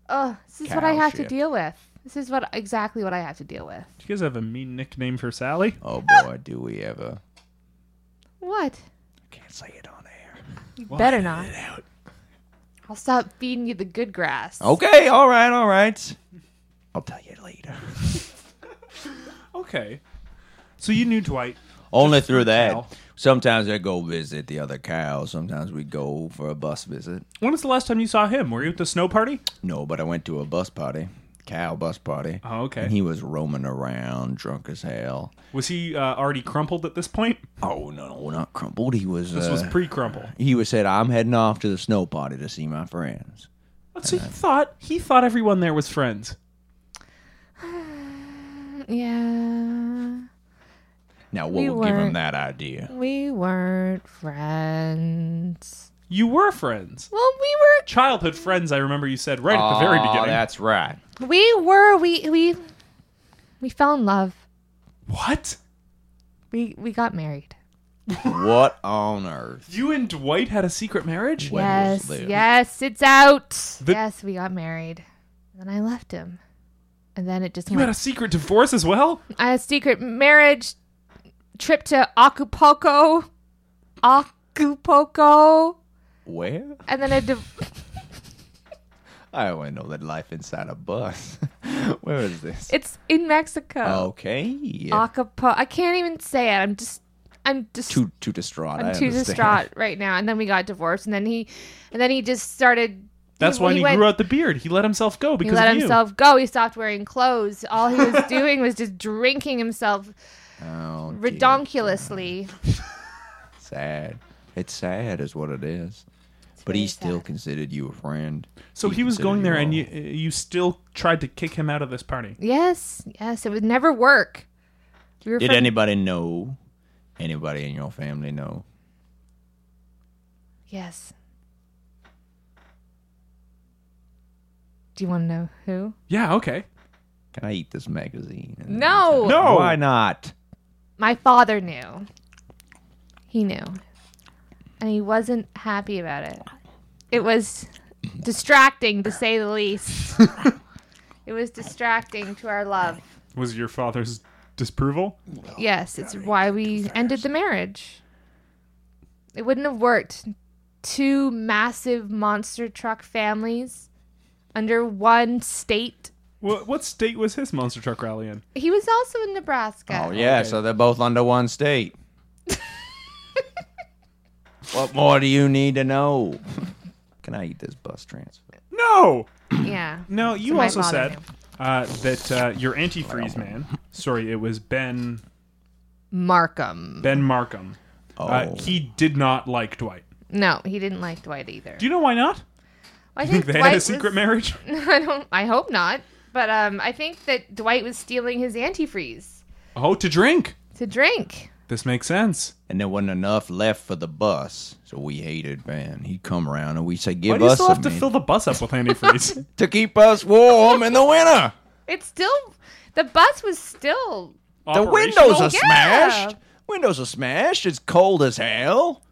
Ugh, this is what I
Cow
have
shit.
to deal with. This is what exactly what I have to deal with.
Do you guys have a mean nickname for Sally?
[laughs] Oh boy, do we ever?
What?
I can't say it on air.
You better not. I'll stop feeding you the good grass.
Okay, all right, all right. I'll tell you later.
Okay. So you knew Dwight.
Only through that.
cow.
Sometimes I go visit the other cows. Sometimes we go for a bus visit.
When was the last time you saw him? Were you at the snow party?
No, but I went to a bus party, cow bus party.
Oh, okay.
And he was roaming around, drunk as hell.
Was he uh, already crumpled at this point?
Oh no, not crumpled. He was.
This
uh,
was pre-crumple.
he was said, "I'm heading off to the snow party to see my friends."
So
uh,
he thought he thought everyone there was friends.
Yeah.
Now, what
We
would give him
weren't.
that idea?
We weren't friends.
You were friends.
Well, we were
Childhood friends, I remember you said right at the very beginning.
that's right.
We were we we we fell in love.
What?
We we got married.
what on earth?
You and Dwight had a secret marriage?
When was
yes,
this?
yes, it's out.
The-
yes, we got married. Then I left him, and then it just
You had
went.
a secret divorce as well?
I had a secret marriage trip to Acapulco, Acapulco,
Where?
and then a div-
I only know that life inside a bus. [laughs] Where is this?
it's in Mexico.
okay.
Oh,
Acapulco. I can't even say it. I'm just. I'm just
too too distraught. I
I'm too
understand.
distraught right now. And then we got divorced, and then he, and then he just started.
That's why he,
went-
grew out the beard. He let himself go
He
because
let
of you.
himself go. He stopped wearing clothes. All he
[laughs]
was doing was just drinking himself
[laughs] Oh, dear.
redonkulously.
Sad. It's sad, is what it is. But he
very
still
sad.
considered you a friend.
so he was
considered
going there
you
and
all.
you you still tried to kick him out of this party.
Yes, yes, it would never work. We were
Did
friends-
anybody know? Anybody in your family know?
Yes. Do you want to know who?
Yeah, okay.
Can I eat this magazine? And
No.
No.
Why not?
My father knew. He knew. And he wasn't happy about it. It was distracting, to say the least. it was distracting to our love.
Was your father's disapproval?
Yes, it's why we ended the marriage. It wouldn't have worked. Two massive monster truck families under one state.
What, what state was his monster truck rally in?
He was also in Nebraska.
Oh yeah, so they're both under one
[laughs]
state. what more do you need to know? [laughs] Can I eat this bus transfer?
No,
Yeah.
no. You
So my
also
father
said
knew.
uh, that uh, your antifreeze man. Sorry, it was Ben
Markham.
Ben Markham. Uh,
Oh.
he did not like Dwight.
No, he didn't like Dwight either.
Do you know why
[laughs]
not?
I
Think they had a
was-
secret marriage?
[laughs] I don't. I hope not. But um, I think that Dwight was stealing his antifreeze
Oh, to drink.
to drink.
This makes sense.
And there wasn't enough left for the bus, so we hated man. He'd come around and we say,
Why
"Give
do you
us
still have to
some
fill the bus
[laughs]
up with antifreeze?
to keep us warm in the winter."
It's still the bus was still
The
Operational?
windows are
Yeah.
smashed. Windows are smashed. It's cold
[laughs]
as hell.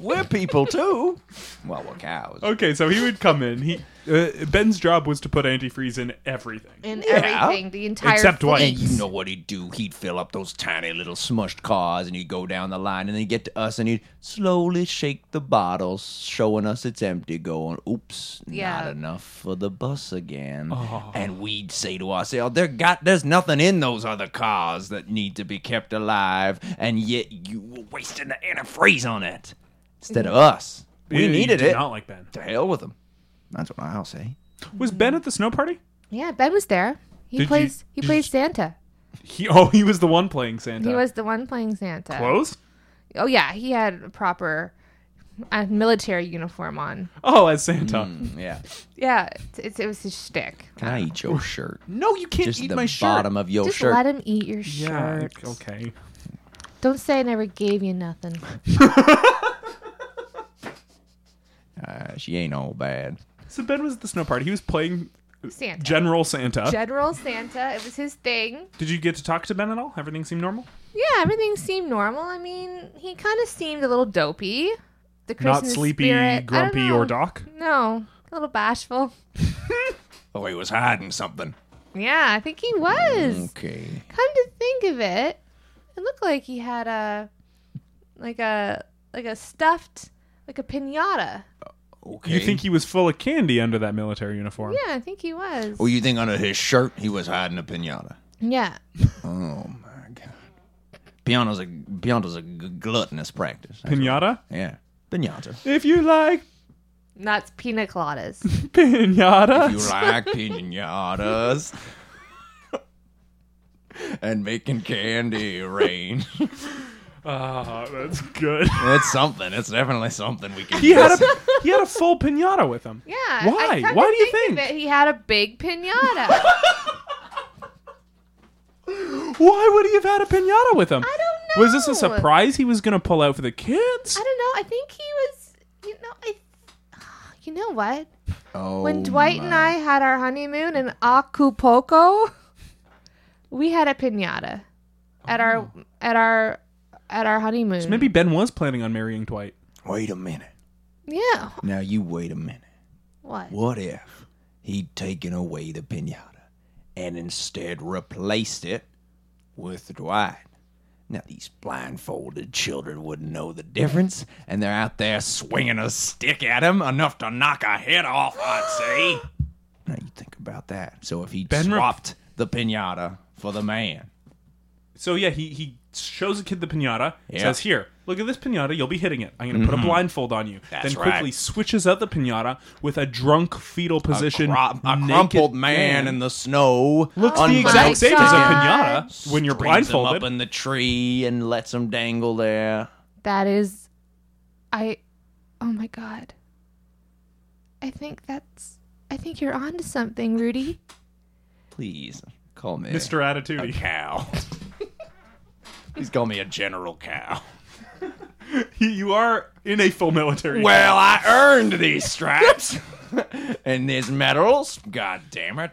we're people too. Well, we're cows.
Okay, so he would come in. He uh, Ben's job was to put antifreeze in everything.
in
Yeah.
everything. The entire
Except Dwight.
fleet.
And you know what he'd do? He'd fill up those tiny little smushed cars and he'd go down the line and then he'd get to us and he'd slowly shake the bottles, showing us it's empty, going, oops,
Yeah.
not enough for the bus again. And we'd say to ourselves, there got there's nothing in those other cars that need to be kept alive, and yet you were wasting the antifreeze on it. Instead of us. We
He
needed
did
it.
Not like Ben.
To hell with them. That's what I'll say.
Was Ben at the snow party?
Yeah, Ben was there. He
Did you-
plays.
did
he plays
you-
Santa.
He oh, he was the one playing Santa.
He was the one playing Santa.
clothes.
Oh yeah, he had a proper uh, military uniform on.
Oh, as Santa.
Yeah.
Yeah, it's, it was his shtick.
Can I eat your shirt?
No, you can't
Just
eat
the
my shirt.
bottom of your
Just
shirt.
let him eat your
yeah.
shirt.
Okay.
Don't say I never gave you nothing.
Uh, she ain't all bad.
So Ben was at the snow party. He was playing
Santa.
General Santa.
General Santa. It was his thing.
Did you get to talk to Ben at all? Everything seemed normal.
Yeah, everything seemed normal. I mean, he kind of seemed a little dopey. The Christmas
Not sleepy,
spirit. I don't
grumpy,
know.
or Doc.
No, a little bashful.
Oh, he was hiding something.
Yeah, I think he was.
Mm.
Okay.
Come to think of it, it looked like he had a like a like a stuffed like a pinata.
Okay.
You think he was full of candy under that military uniform?
Yeah, I think he was.
Oh,
Well, Oh, you think under his shirt he was hiding a pinata?
yeah.
Oh my god. Pinata's a pinata's a g- gluttonous practice. That's
Pinata.
what- yeah. Pinata.
If you like
That's pina coladas. [laughs]
pinata.
You like pinatas? [laughs] and making candy rain. [laughs]
Ah, that's
[laughs]
good.
it's something. It's definitely something we can.
He had a he had a full pinata with him.
Yeah.
Why?
I come
Why
to
do you
of
think?
it, he had a big [laughs] pinata?
Why would he have had a pinata with him? I
don't know.
Was this a surprise he was gonna pull out for the kids?
I don't know. I think he was. You know. I. [sighs] You know what?
Oh,
When Dwight and I had our honeymoon in Acapulco, we had a pinata at our at our at our honeymoon.
Maybe Ben was planning on marrying Dwight.
Oh Wait a minute.
yeah.
Now you wait a minute.
What?
What if he'd taken away the pinata and instead replaced it with Dwight? Now, these blindfolded children wouldn't know the difference, and they're out there swinging a stick at him enough to knock a head off, I'd say. [gasps] Now, you think about that. So, if he
Ben rep-
swapped the pinata for the man,
So yeah, he he shows a kid the pinata.
Yeah. Mm-hmm.
Says here, look at this pinata. You'll be hitting it. I'm gonna put a blindfold on you.
That's
then
right.
quickly switches out the pinata with a drunk fetal position,
crom- a
naked
crumpled man in the snow looks
It's the exact same as a
God.
pinata when you're
up
blindfolded.
in the tree and lets him dangle there.
That is, I. Oh my god. I think that's. I think you're onto something, Rudy.
Please call me
Mr.
a
Attitude.
cow. [laughs] Please call me a general cow.
[laughs] You are in a full military.
Well, I earned these straps. [laughs] and there's medals. God damn it!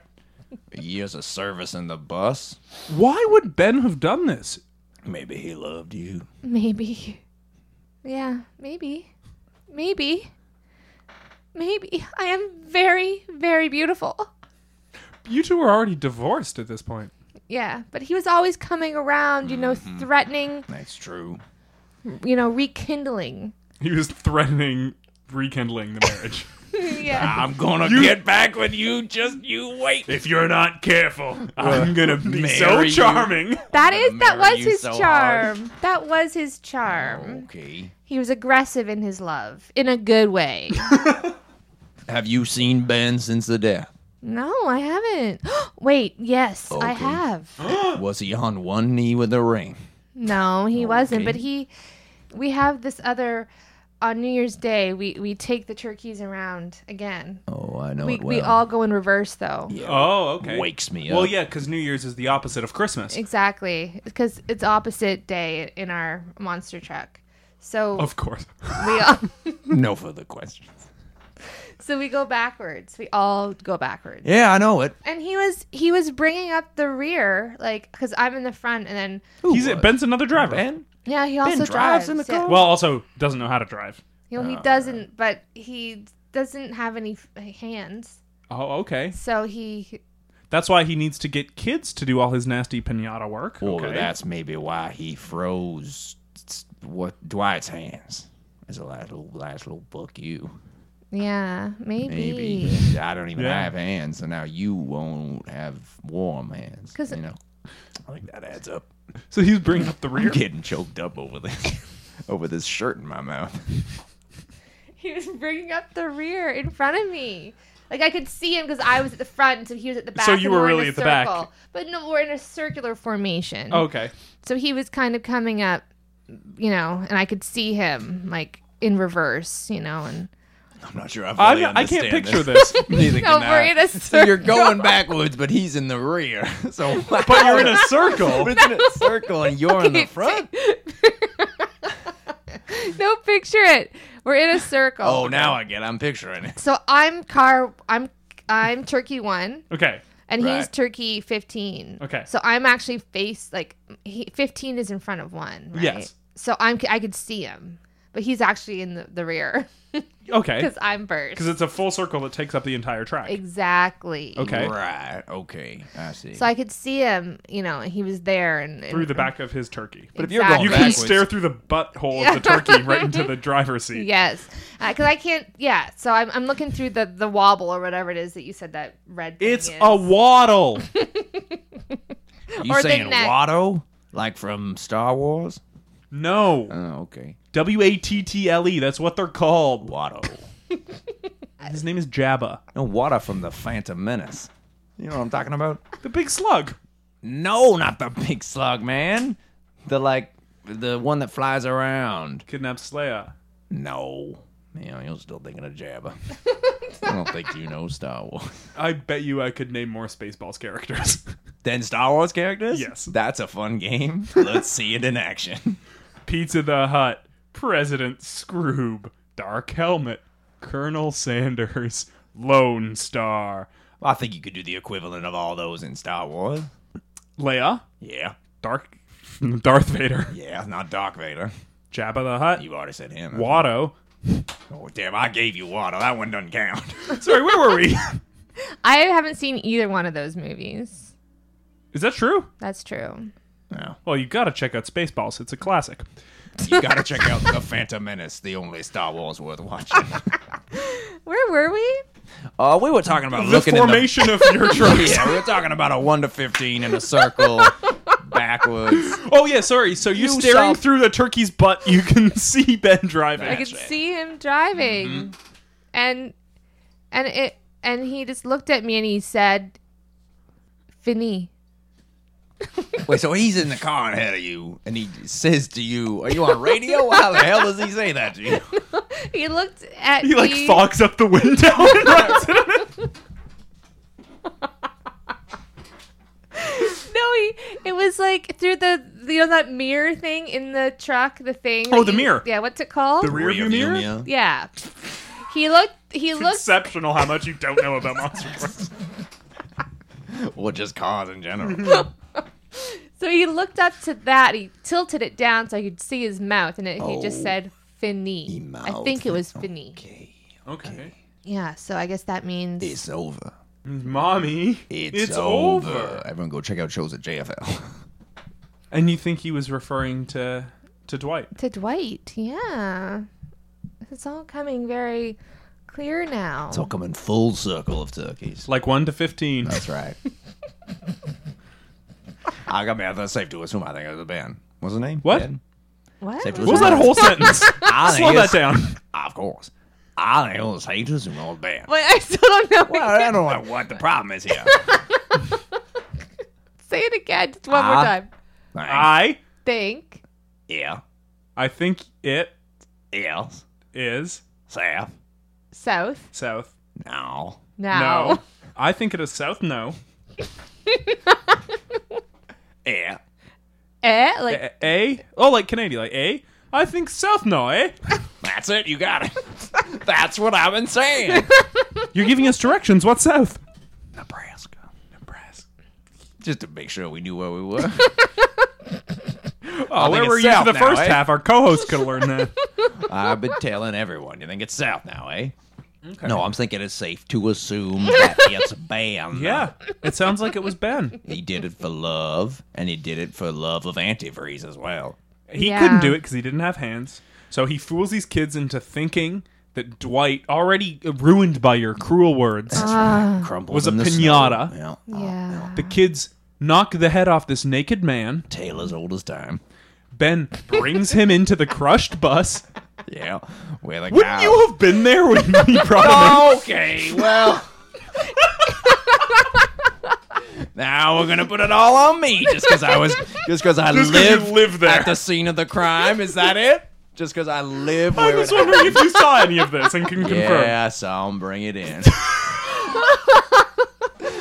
Years of service in the bus.
Why would Ben have done this?
Maybe he loved you.
Maybe. Yeah, maybe. Maybe. Maybe. I am very, very beautiful.
You two were already divorced at this point.
Yeah, but he was always coming around, you know,
Mm-hmm.
threatening,
That's true.
you know, rekindling.
He was threatening rekindling the
[laughs]
marriage.
yeah.
I'm gonna get back with you. Just you wait.
if you're not careful, I'm gonna be so
uh, Marry you.
charming.
That is that
marry
was
you
his
so
charm. That was his charm.
Okay.
He was aggressive in his love in a
[laughs]
good way.
Have you seen Ben since the [gasps] death?
no, I haven't. [gasps] Wait, yes, I
Okay.
have.
Was he on one knee with a ring?
No, he wasn't, but
Oh, Okay.
he we have this other on New Year's Day, we we take the turkeys around again.
Oh, I know
We
it well.
we all go in reverse though.
Oh, okay.
wakes me up.
Well, yeah, because New Year's is the opposite of Christmas.
Exactly, because it's opposite day in our monster truck. So
Of course.
we all, [laughs]
No further questions.
so we go backwards. We all go backwards.
Yeah, I know it.
and he was he was bringing up the rear like because i'm in the front and then
[laughs] He's Ben's another driver.
Ben.
yeah he also
drives in the
yeah.
car?
Well, also doesn't know how to drive.
You know, he doesn't but he doesn't have any f- hands
Oh, okay.
so he
That's why he needs to get kids to do all his nasty pinata work.
Or
okay.
that's maybe why he froze s- what Dwight's hands. As a last little, last little fuck you.
yeah
Maybe
maybe
I don't even
Yeah.
have hands, so now you won't have warm hands.
'Cause-
you know, I think that adds up.
So he's bringing up the rear.
[laughs] I'm getting choked up over this, [laughs] over this shirt in my mouth.
[laughs] he was bringing up the rear in front of me like i could see him because i was at the front and so he was at the back
So you
and
were
in
really
a
at the back. Oh.
circle. but no we're in a circular formation
Okay.
so he was kind of coming up you know and i could see him like in reverse you know and
I'm not sure. I
I'm,
fully
I
understand
can't picture
this.
this. [laughs]
[laughs] Neither
so
can
we're in
I. [laughs]
a [laughs]
So you're
circle.
going backwards, but he's in the rear. [laughs] So
but you're in
[laughs]
a circle.
it's in a circle and you're in the front.
[laughs] no, picture it. We're in a circle.
Oh, now I get. I'm picturing it.
So I'm car. I'm I'm turkey one,
Okay.
and he's
Right.
turkey fifteen.
Okay.
So I'm actually face like he, fifteen is in front of one. Right?
Yes.
So I'm I could see him, but he's actually in the, the rear [laughs]
Okay.
because I'm first.
Because it's a full circle that takes up the entire track.
Exactly.
Okay.
Right. Okay. I see.
So I could see him. You know, he was there and, and
Through the back of his turkey.
But if you're going
You can
backwards-
stare through the butthole of the turkey right into the driver's seat.
Yes, because I can't. Yeah, so I'm, I'm looking through the the wobble or whatever it is that you said that red. thing
It's
is.
a waddle.
you
or the
saying
neck.
Watto like from Star Wars?
No.
Oh, okay.
W A T T L E. That's what they're called.
Watto.
His name is Jabba.
No, Watto from the Phantom Menace. You know what I'm talking about?
The big slug.
No, not the big slug man. The like the one that flies around.
Kidnaps Leia.
No. Man, you're still thinking of
[laughs]
Jabba. I don't think you know Star Wars.
I bet you I could name more Spaceballs characters. [laughs]
Then Star Wars characters?
Yes.
That's a fun game. Let's see it in [laughs] action.
Pizza the Hut, President Scroob, Dark Helmet, Colonel Sanders, Lone Star,
I think you could do the equivalent of all those in Star Wars.
Leia,
Yeah.
Dark [laughs] Darth Vader,
Yeah, not Darth Vader.
Jabba the Hutt,
You already said him.
Watto.
Oh, damn, I gave you water. That one doesn't count.
Sorry, where were we? [laughs]
I haven't seen either one of those movies.
Is that true?
That's true.
no.
Well, you gotta check out Spaceballs. It's a classic.
[laughs] You gotta check out The Phantom Menace, the only Star Wars worth watching.
Where were we?
Uh, we were talking about
The
looking
formation of your
in
trucks.
the... [laughs] Yeah, we were talking about a 1 to 15 in a [laughs] circle, backwards.
Oh yeah, sorry. So you're
You
staring
saw-
through the turkey's butt. You can [laughs] see Ben driving.
I could
That's right.
see him driving,
Mm-hmm.
and and it and he just looked at me and he said, "Fini."
Wait, so he's in the car ahead of you, and he says to you, are you on radio? How the hell does he say that to you?
He looked at
He like
me.
fogs up the window
[laughs]
and runs it.
No, he, it was like through the you know that mirror thing in the truck, the thing.
Oh,
that
the
you-
mirror.
Yeah, what's it called?
The rearview mirror?
Yeah. He looked he looks
Exceptional how much you don't know about Monster Truck.
Well, just cars in general.
So he looked up to that. He tilted it down so I could see his mouth, and it, he
Oh.
just said "Fini." I think it was "Fini."
[laughs] Okay.
Yeah. So I guess that means
It's over.
Mommy,
It's, over. Everyone go check out shows at JFL.
And you think he was referring to to Dwight?
to Dwight. Yeah. It's all coming very clear now.
It's all coming full circle of turkeys.
Like 1 to 15.
That's right. I got mad. That's safe to assume. I think it was a band. What's the name?
What?
Ben?
what?
Safe to
What was that whole
[laughs]
sentence?
I think
Slow that
it's-
down.
Of course. I think it was safe to assume it was a band.
Wait, I still don't know.
Well, I don't know what the problem is [laughs] here.
[laughs] Say it again, just one more
Ah.
time.
Right.
I
Think.
yeah.
I think it
Yes.
is
Seth.
South.
south.
No.
Now.
No. I think it is south no.
Yeah.
[laughs] Eh? Like
A, a Oh, like Canadian like A. I think south no,
[laughs]
eh?
That's it. You got it. That's what I've been saying.
You're giving us directions. What's south?
Nebraska.
Nebraska.
Just to make sure we knew where we were.
Oh, where
it's
were you for
south
the
now,
first
eh?
half? Our co-host could have learned
[laughs]
that.
I've been telling everyone. You think it's south now, eh? No, I'm thinking it's safe to assume that it's banned.
Yeah. It sounds like it was Ben.
He did it for love, and he did it for love of antifreeze as well.
He
Yeah.
couldn't do it because he didn't have hands. So he fools these kids into thinking that Dwight, already ruined by your cruel words,
Uh. Crumbles
Was a
in the snow.
piñata.
Yeah.
Yeah.
the kids knock the head off this naked man.
Tale as old as time.
Ben brings him into the crushed bus.
Yeah. Where the
Wouldn't
cow-
you have been there when he brought him in?
Okay, well. [laughs] now we're gonna put it all on me, just because I [laughs] was, just because I
'cause you
live,
live there.
at the scene of the crime. Is that it? Just because I live
I
where
was
it
wondering if you saw any of this and can confirm.
Yeah, so I'll bring
[laughs]
it in.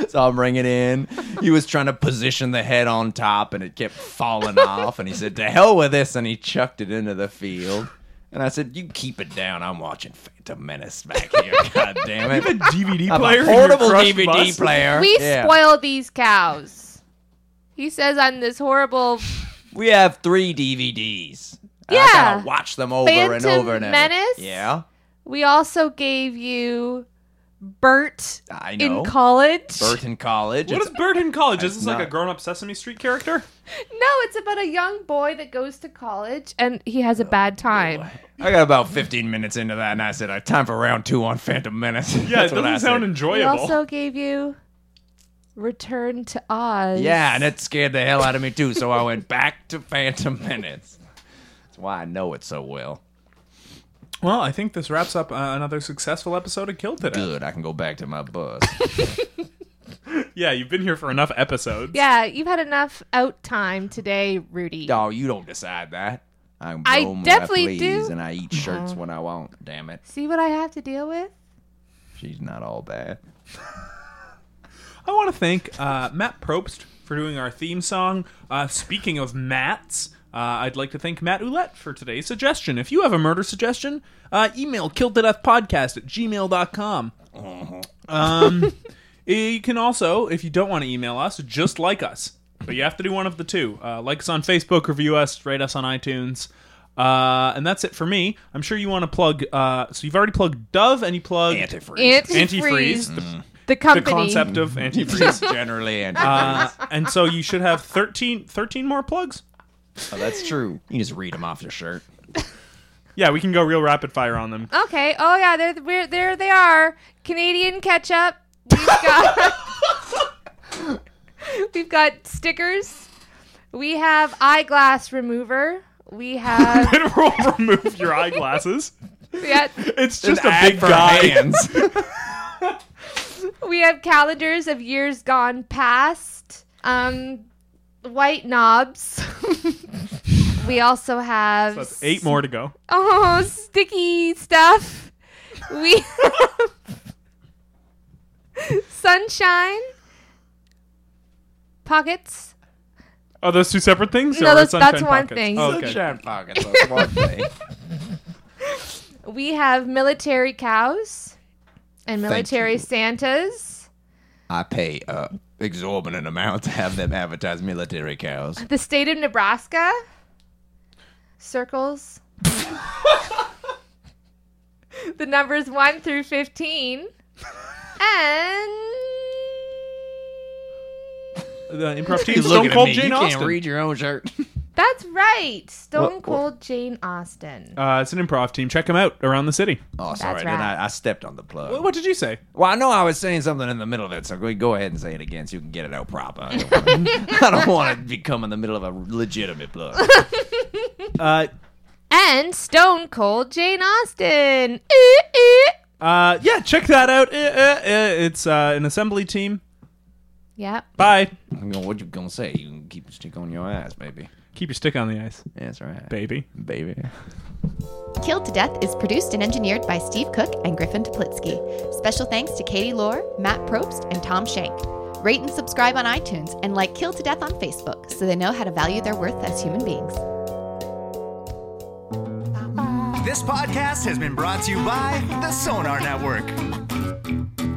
so I'll bring it in. He was trying to position the head on top and it kept falling [laughs] off. And he said, To hell with this. And he chucked it into the field. And I said, You keep it down. I'm watching Phantom Menace back
[laughs]
here. God damn
You have
it.
a DVD
I'm
player.
a
in your
portable
crushed
DVD
bus?
player.
We
Yeah.
spoil these cows. He says on this horrible
We have three DVDs. And I
Yeah.
gotta watch them over and
Phantom
over and over.
Menace?
Yeah.
We also gave you Bert
I know.
in college.
Burton College.
What
It's
is Bird in college? Is this like a
not-
grown-up Sesame Street character?
No, it's about a young boy that goes to college and he has a bad time.
I got about 15 minutes into that, and I said, "Uh, "Time for round two on Phantom Menace."
Yeah, it
[laughs] That's what I
doesn't sound
said.
We
enjoyable.
also gave you Return to Oz.
yeah, and it scared the hell out of me too. So I went back to Phantom Menace. That's why I know it so well.
well, I think this wraps up uh, another successful episode of Kill Today.
Good, I can go back to my bus.
Yeah, you've been here for enough episodes.
Yeah, you've had enough out time today, Rudy.
no, you don't decide that. I, roam
I
where
definitely
please,
do.
and I eat shirts when I want. Damn it,
See what I have to deal with?
she's not all bad.
I want to thank uh, Matt Probst for doing our theme song. Uh, speaking of Matts, uh, I'd like to thank Matt Ouellette for today's suggestion. If you have a murder suggestion, uh, email killedtodeathpodcast at gmail.com. Um, [laughs] you can also, if you don't want to email us, just like us. But you have to do one of the two. Uh, like us on Facebook, review us, rate us on iTunes. Uh, and that's it for me. I'm sure you want to plug. Uh, so you've already plugged Dove, and you plug
Antifreeze.
Antifreeze.
antifreeze,
Mm.
the,
The
the
company.
concept of antifreeze.
generally antifreeze.
Uh, and so you should have 13, 13 more plugs.
oh, that's true. You just read them off your shirt.
Yeah, we can go real rapid fire on them. [laughs]
Okay. Oh yeah, there, where, there they are. Canadian ketchup. We've got. [laughs] we've got stickers. We have eyeglass remover. We
[laughs]
have.
Then we'll remove your eyeglasses.
we, have
It's just
An
a
ad
big
for
guy.
hands.
we have calendars of years gone past. Um, white knobs. [laughs] we also have.
That's eight more to go.
Oh, sticky stuff. We [laughs] have sunshine pockets.
Are those two separate things?
No,
or
that's-
sunshine
that's one
pockets?
thing.
Oh, okay.
[laughs] Sunshine pockets. That's one thing.
We have military cows. and military
you.
Santas.
I pay uh, exorbitant amount to have them advertise military cows.
The state of Nebraska circles. the numbers 1 through 15. And
The improv team Stone Cold Jane Austen.
your own shirt. [laughs]
that's right. Stone
What- what-
Cold Jane Austen.
Uh, it's an improv team. Check them out around the city.
Oh,
That's
sorry. Then
right.
I, I stepped on the plug.
What did you say?
Well, I know I was saying something in the middle of it, so go- go ahead and say it again so you can get it out proper. I don't wanna- [laughs] I don't want to become in the middle of a legitimate [laughs] plug.
Uh,
And Stone Cold Jane Austen. Eh, eh.
uh, yeah, check that out. Eh, eh, eh. It's uh, an assembly team.
Yep.
Bye.
You know, what you gonna say? You can keep a stick on your ass, baby.
Keep your stick on the ice,
Yeah, That's right,
baby.
baby.
Killed to Death is produced and engineered by Steve Cook and Griffin Toplitsky. Special thanks to Katie Lohr, Matt Probst, and Tom Shank. Rate and subscribe on iTunes and like Killed to Death on Facebook so they know how to value their worth as human beings.
This podcast has been brought to you by the Sonar Network.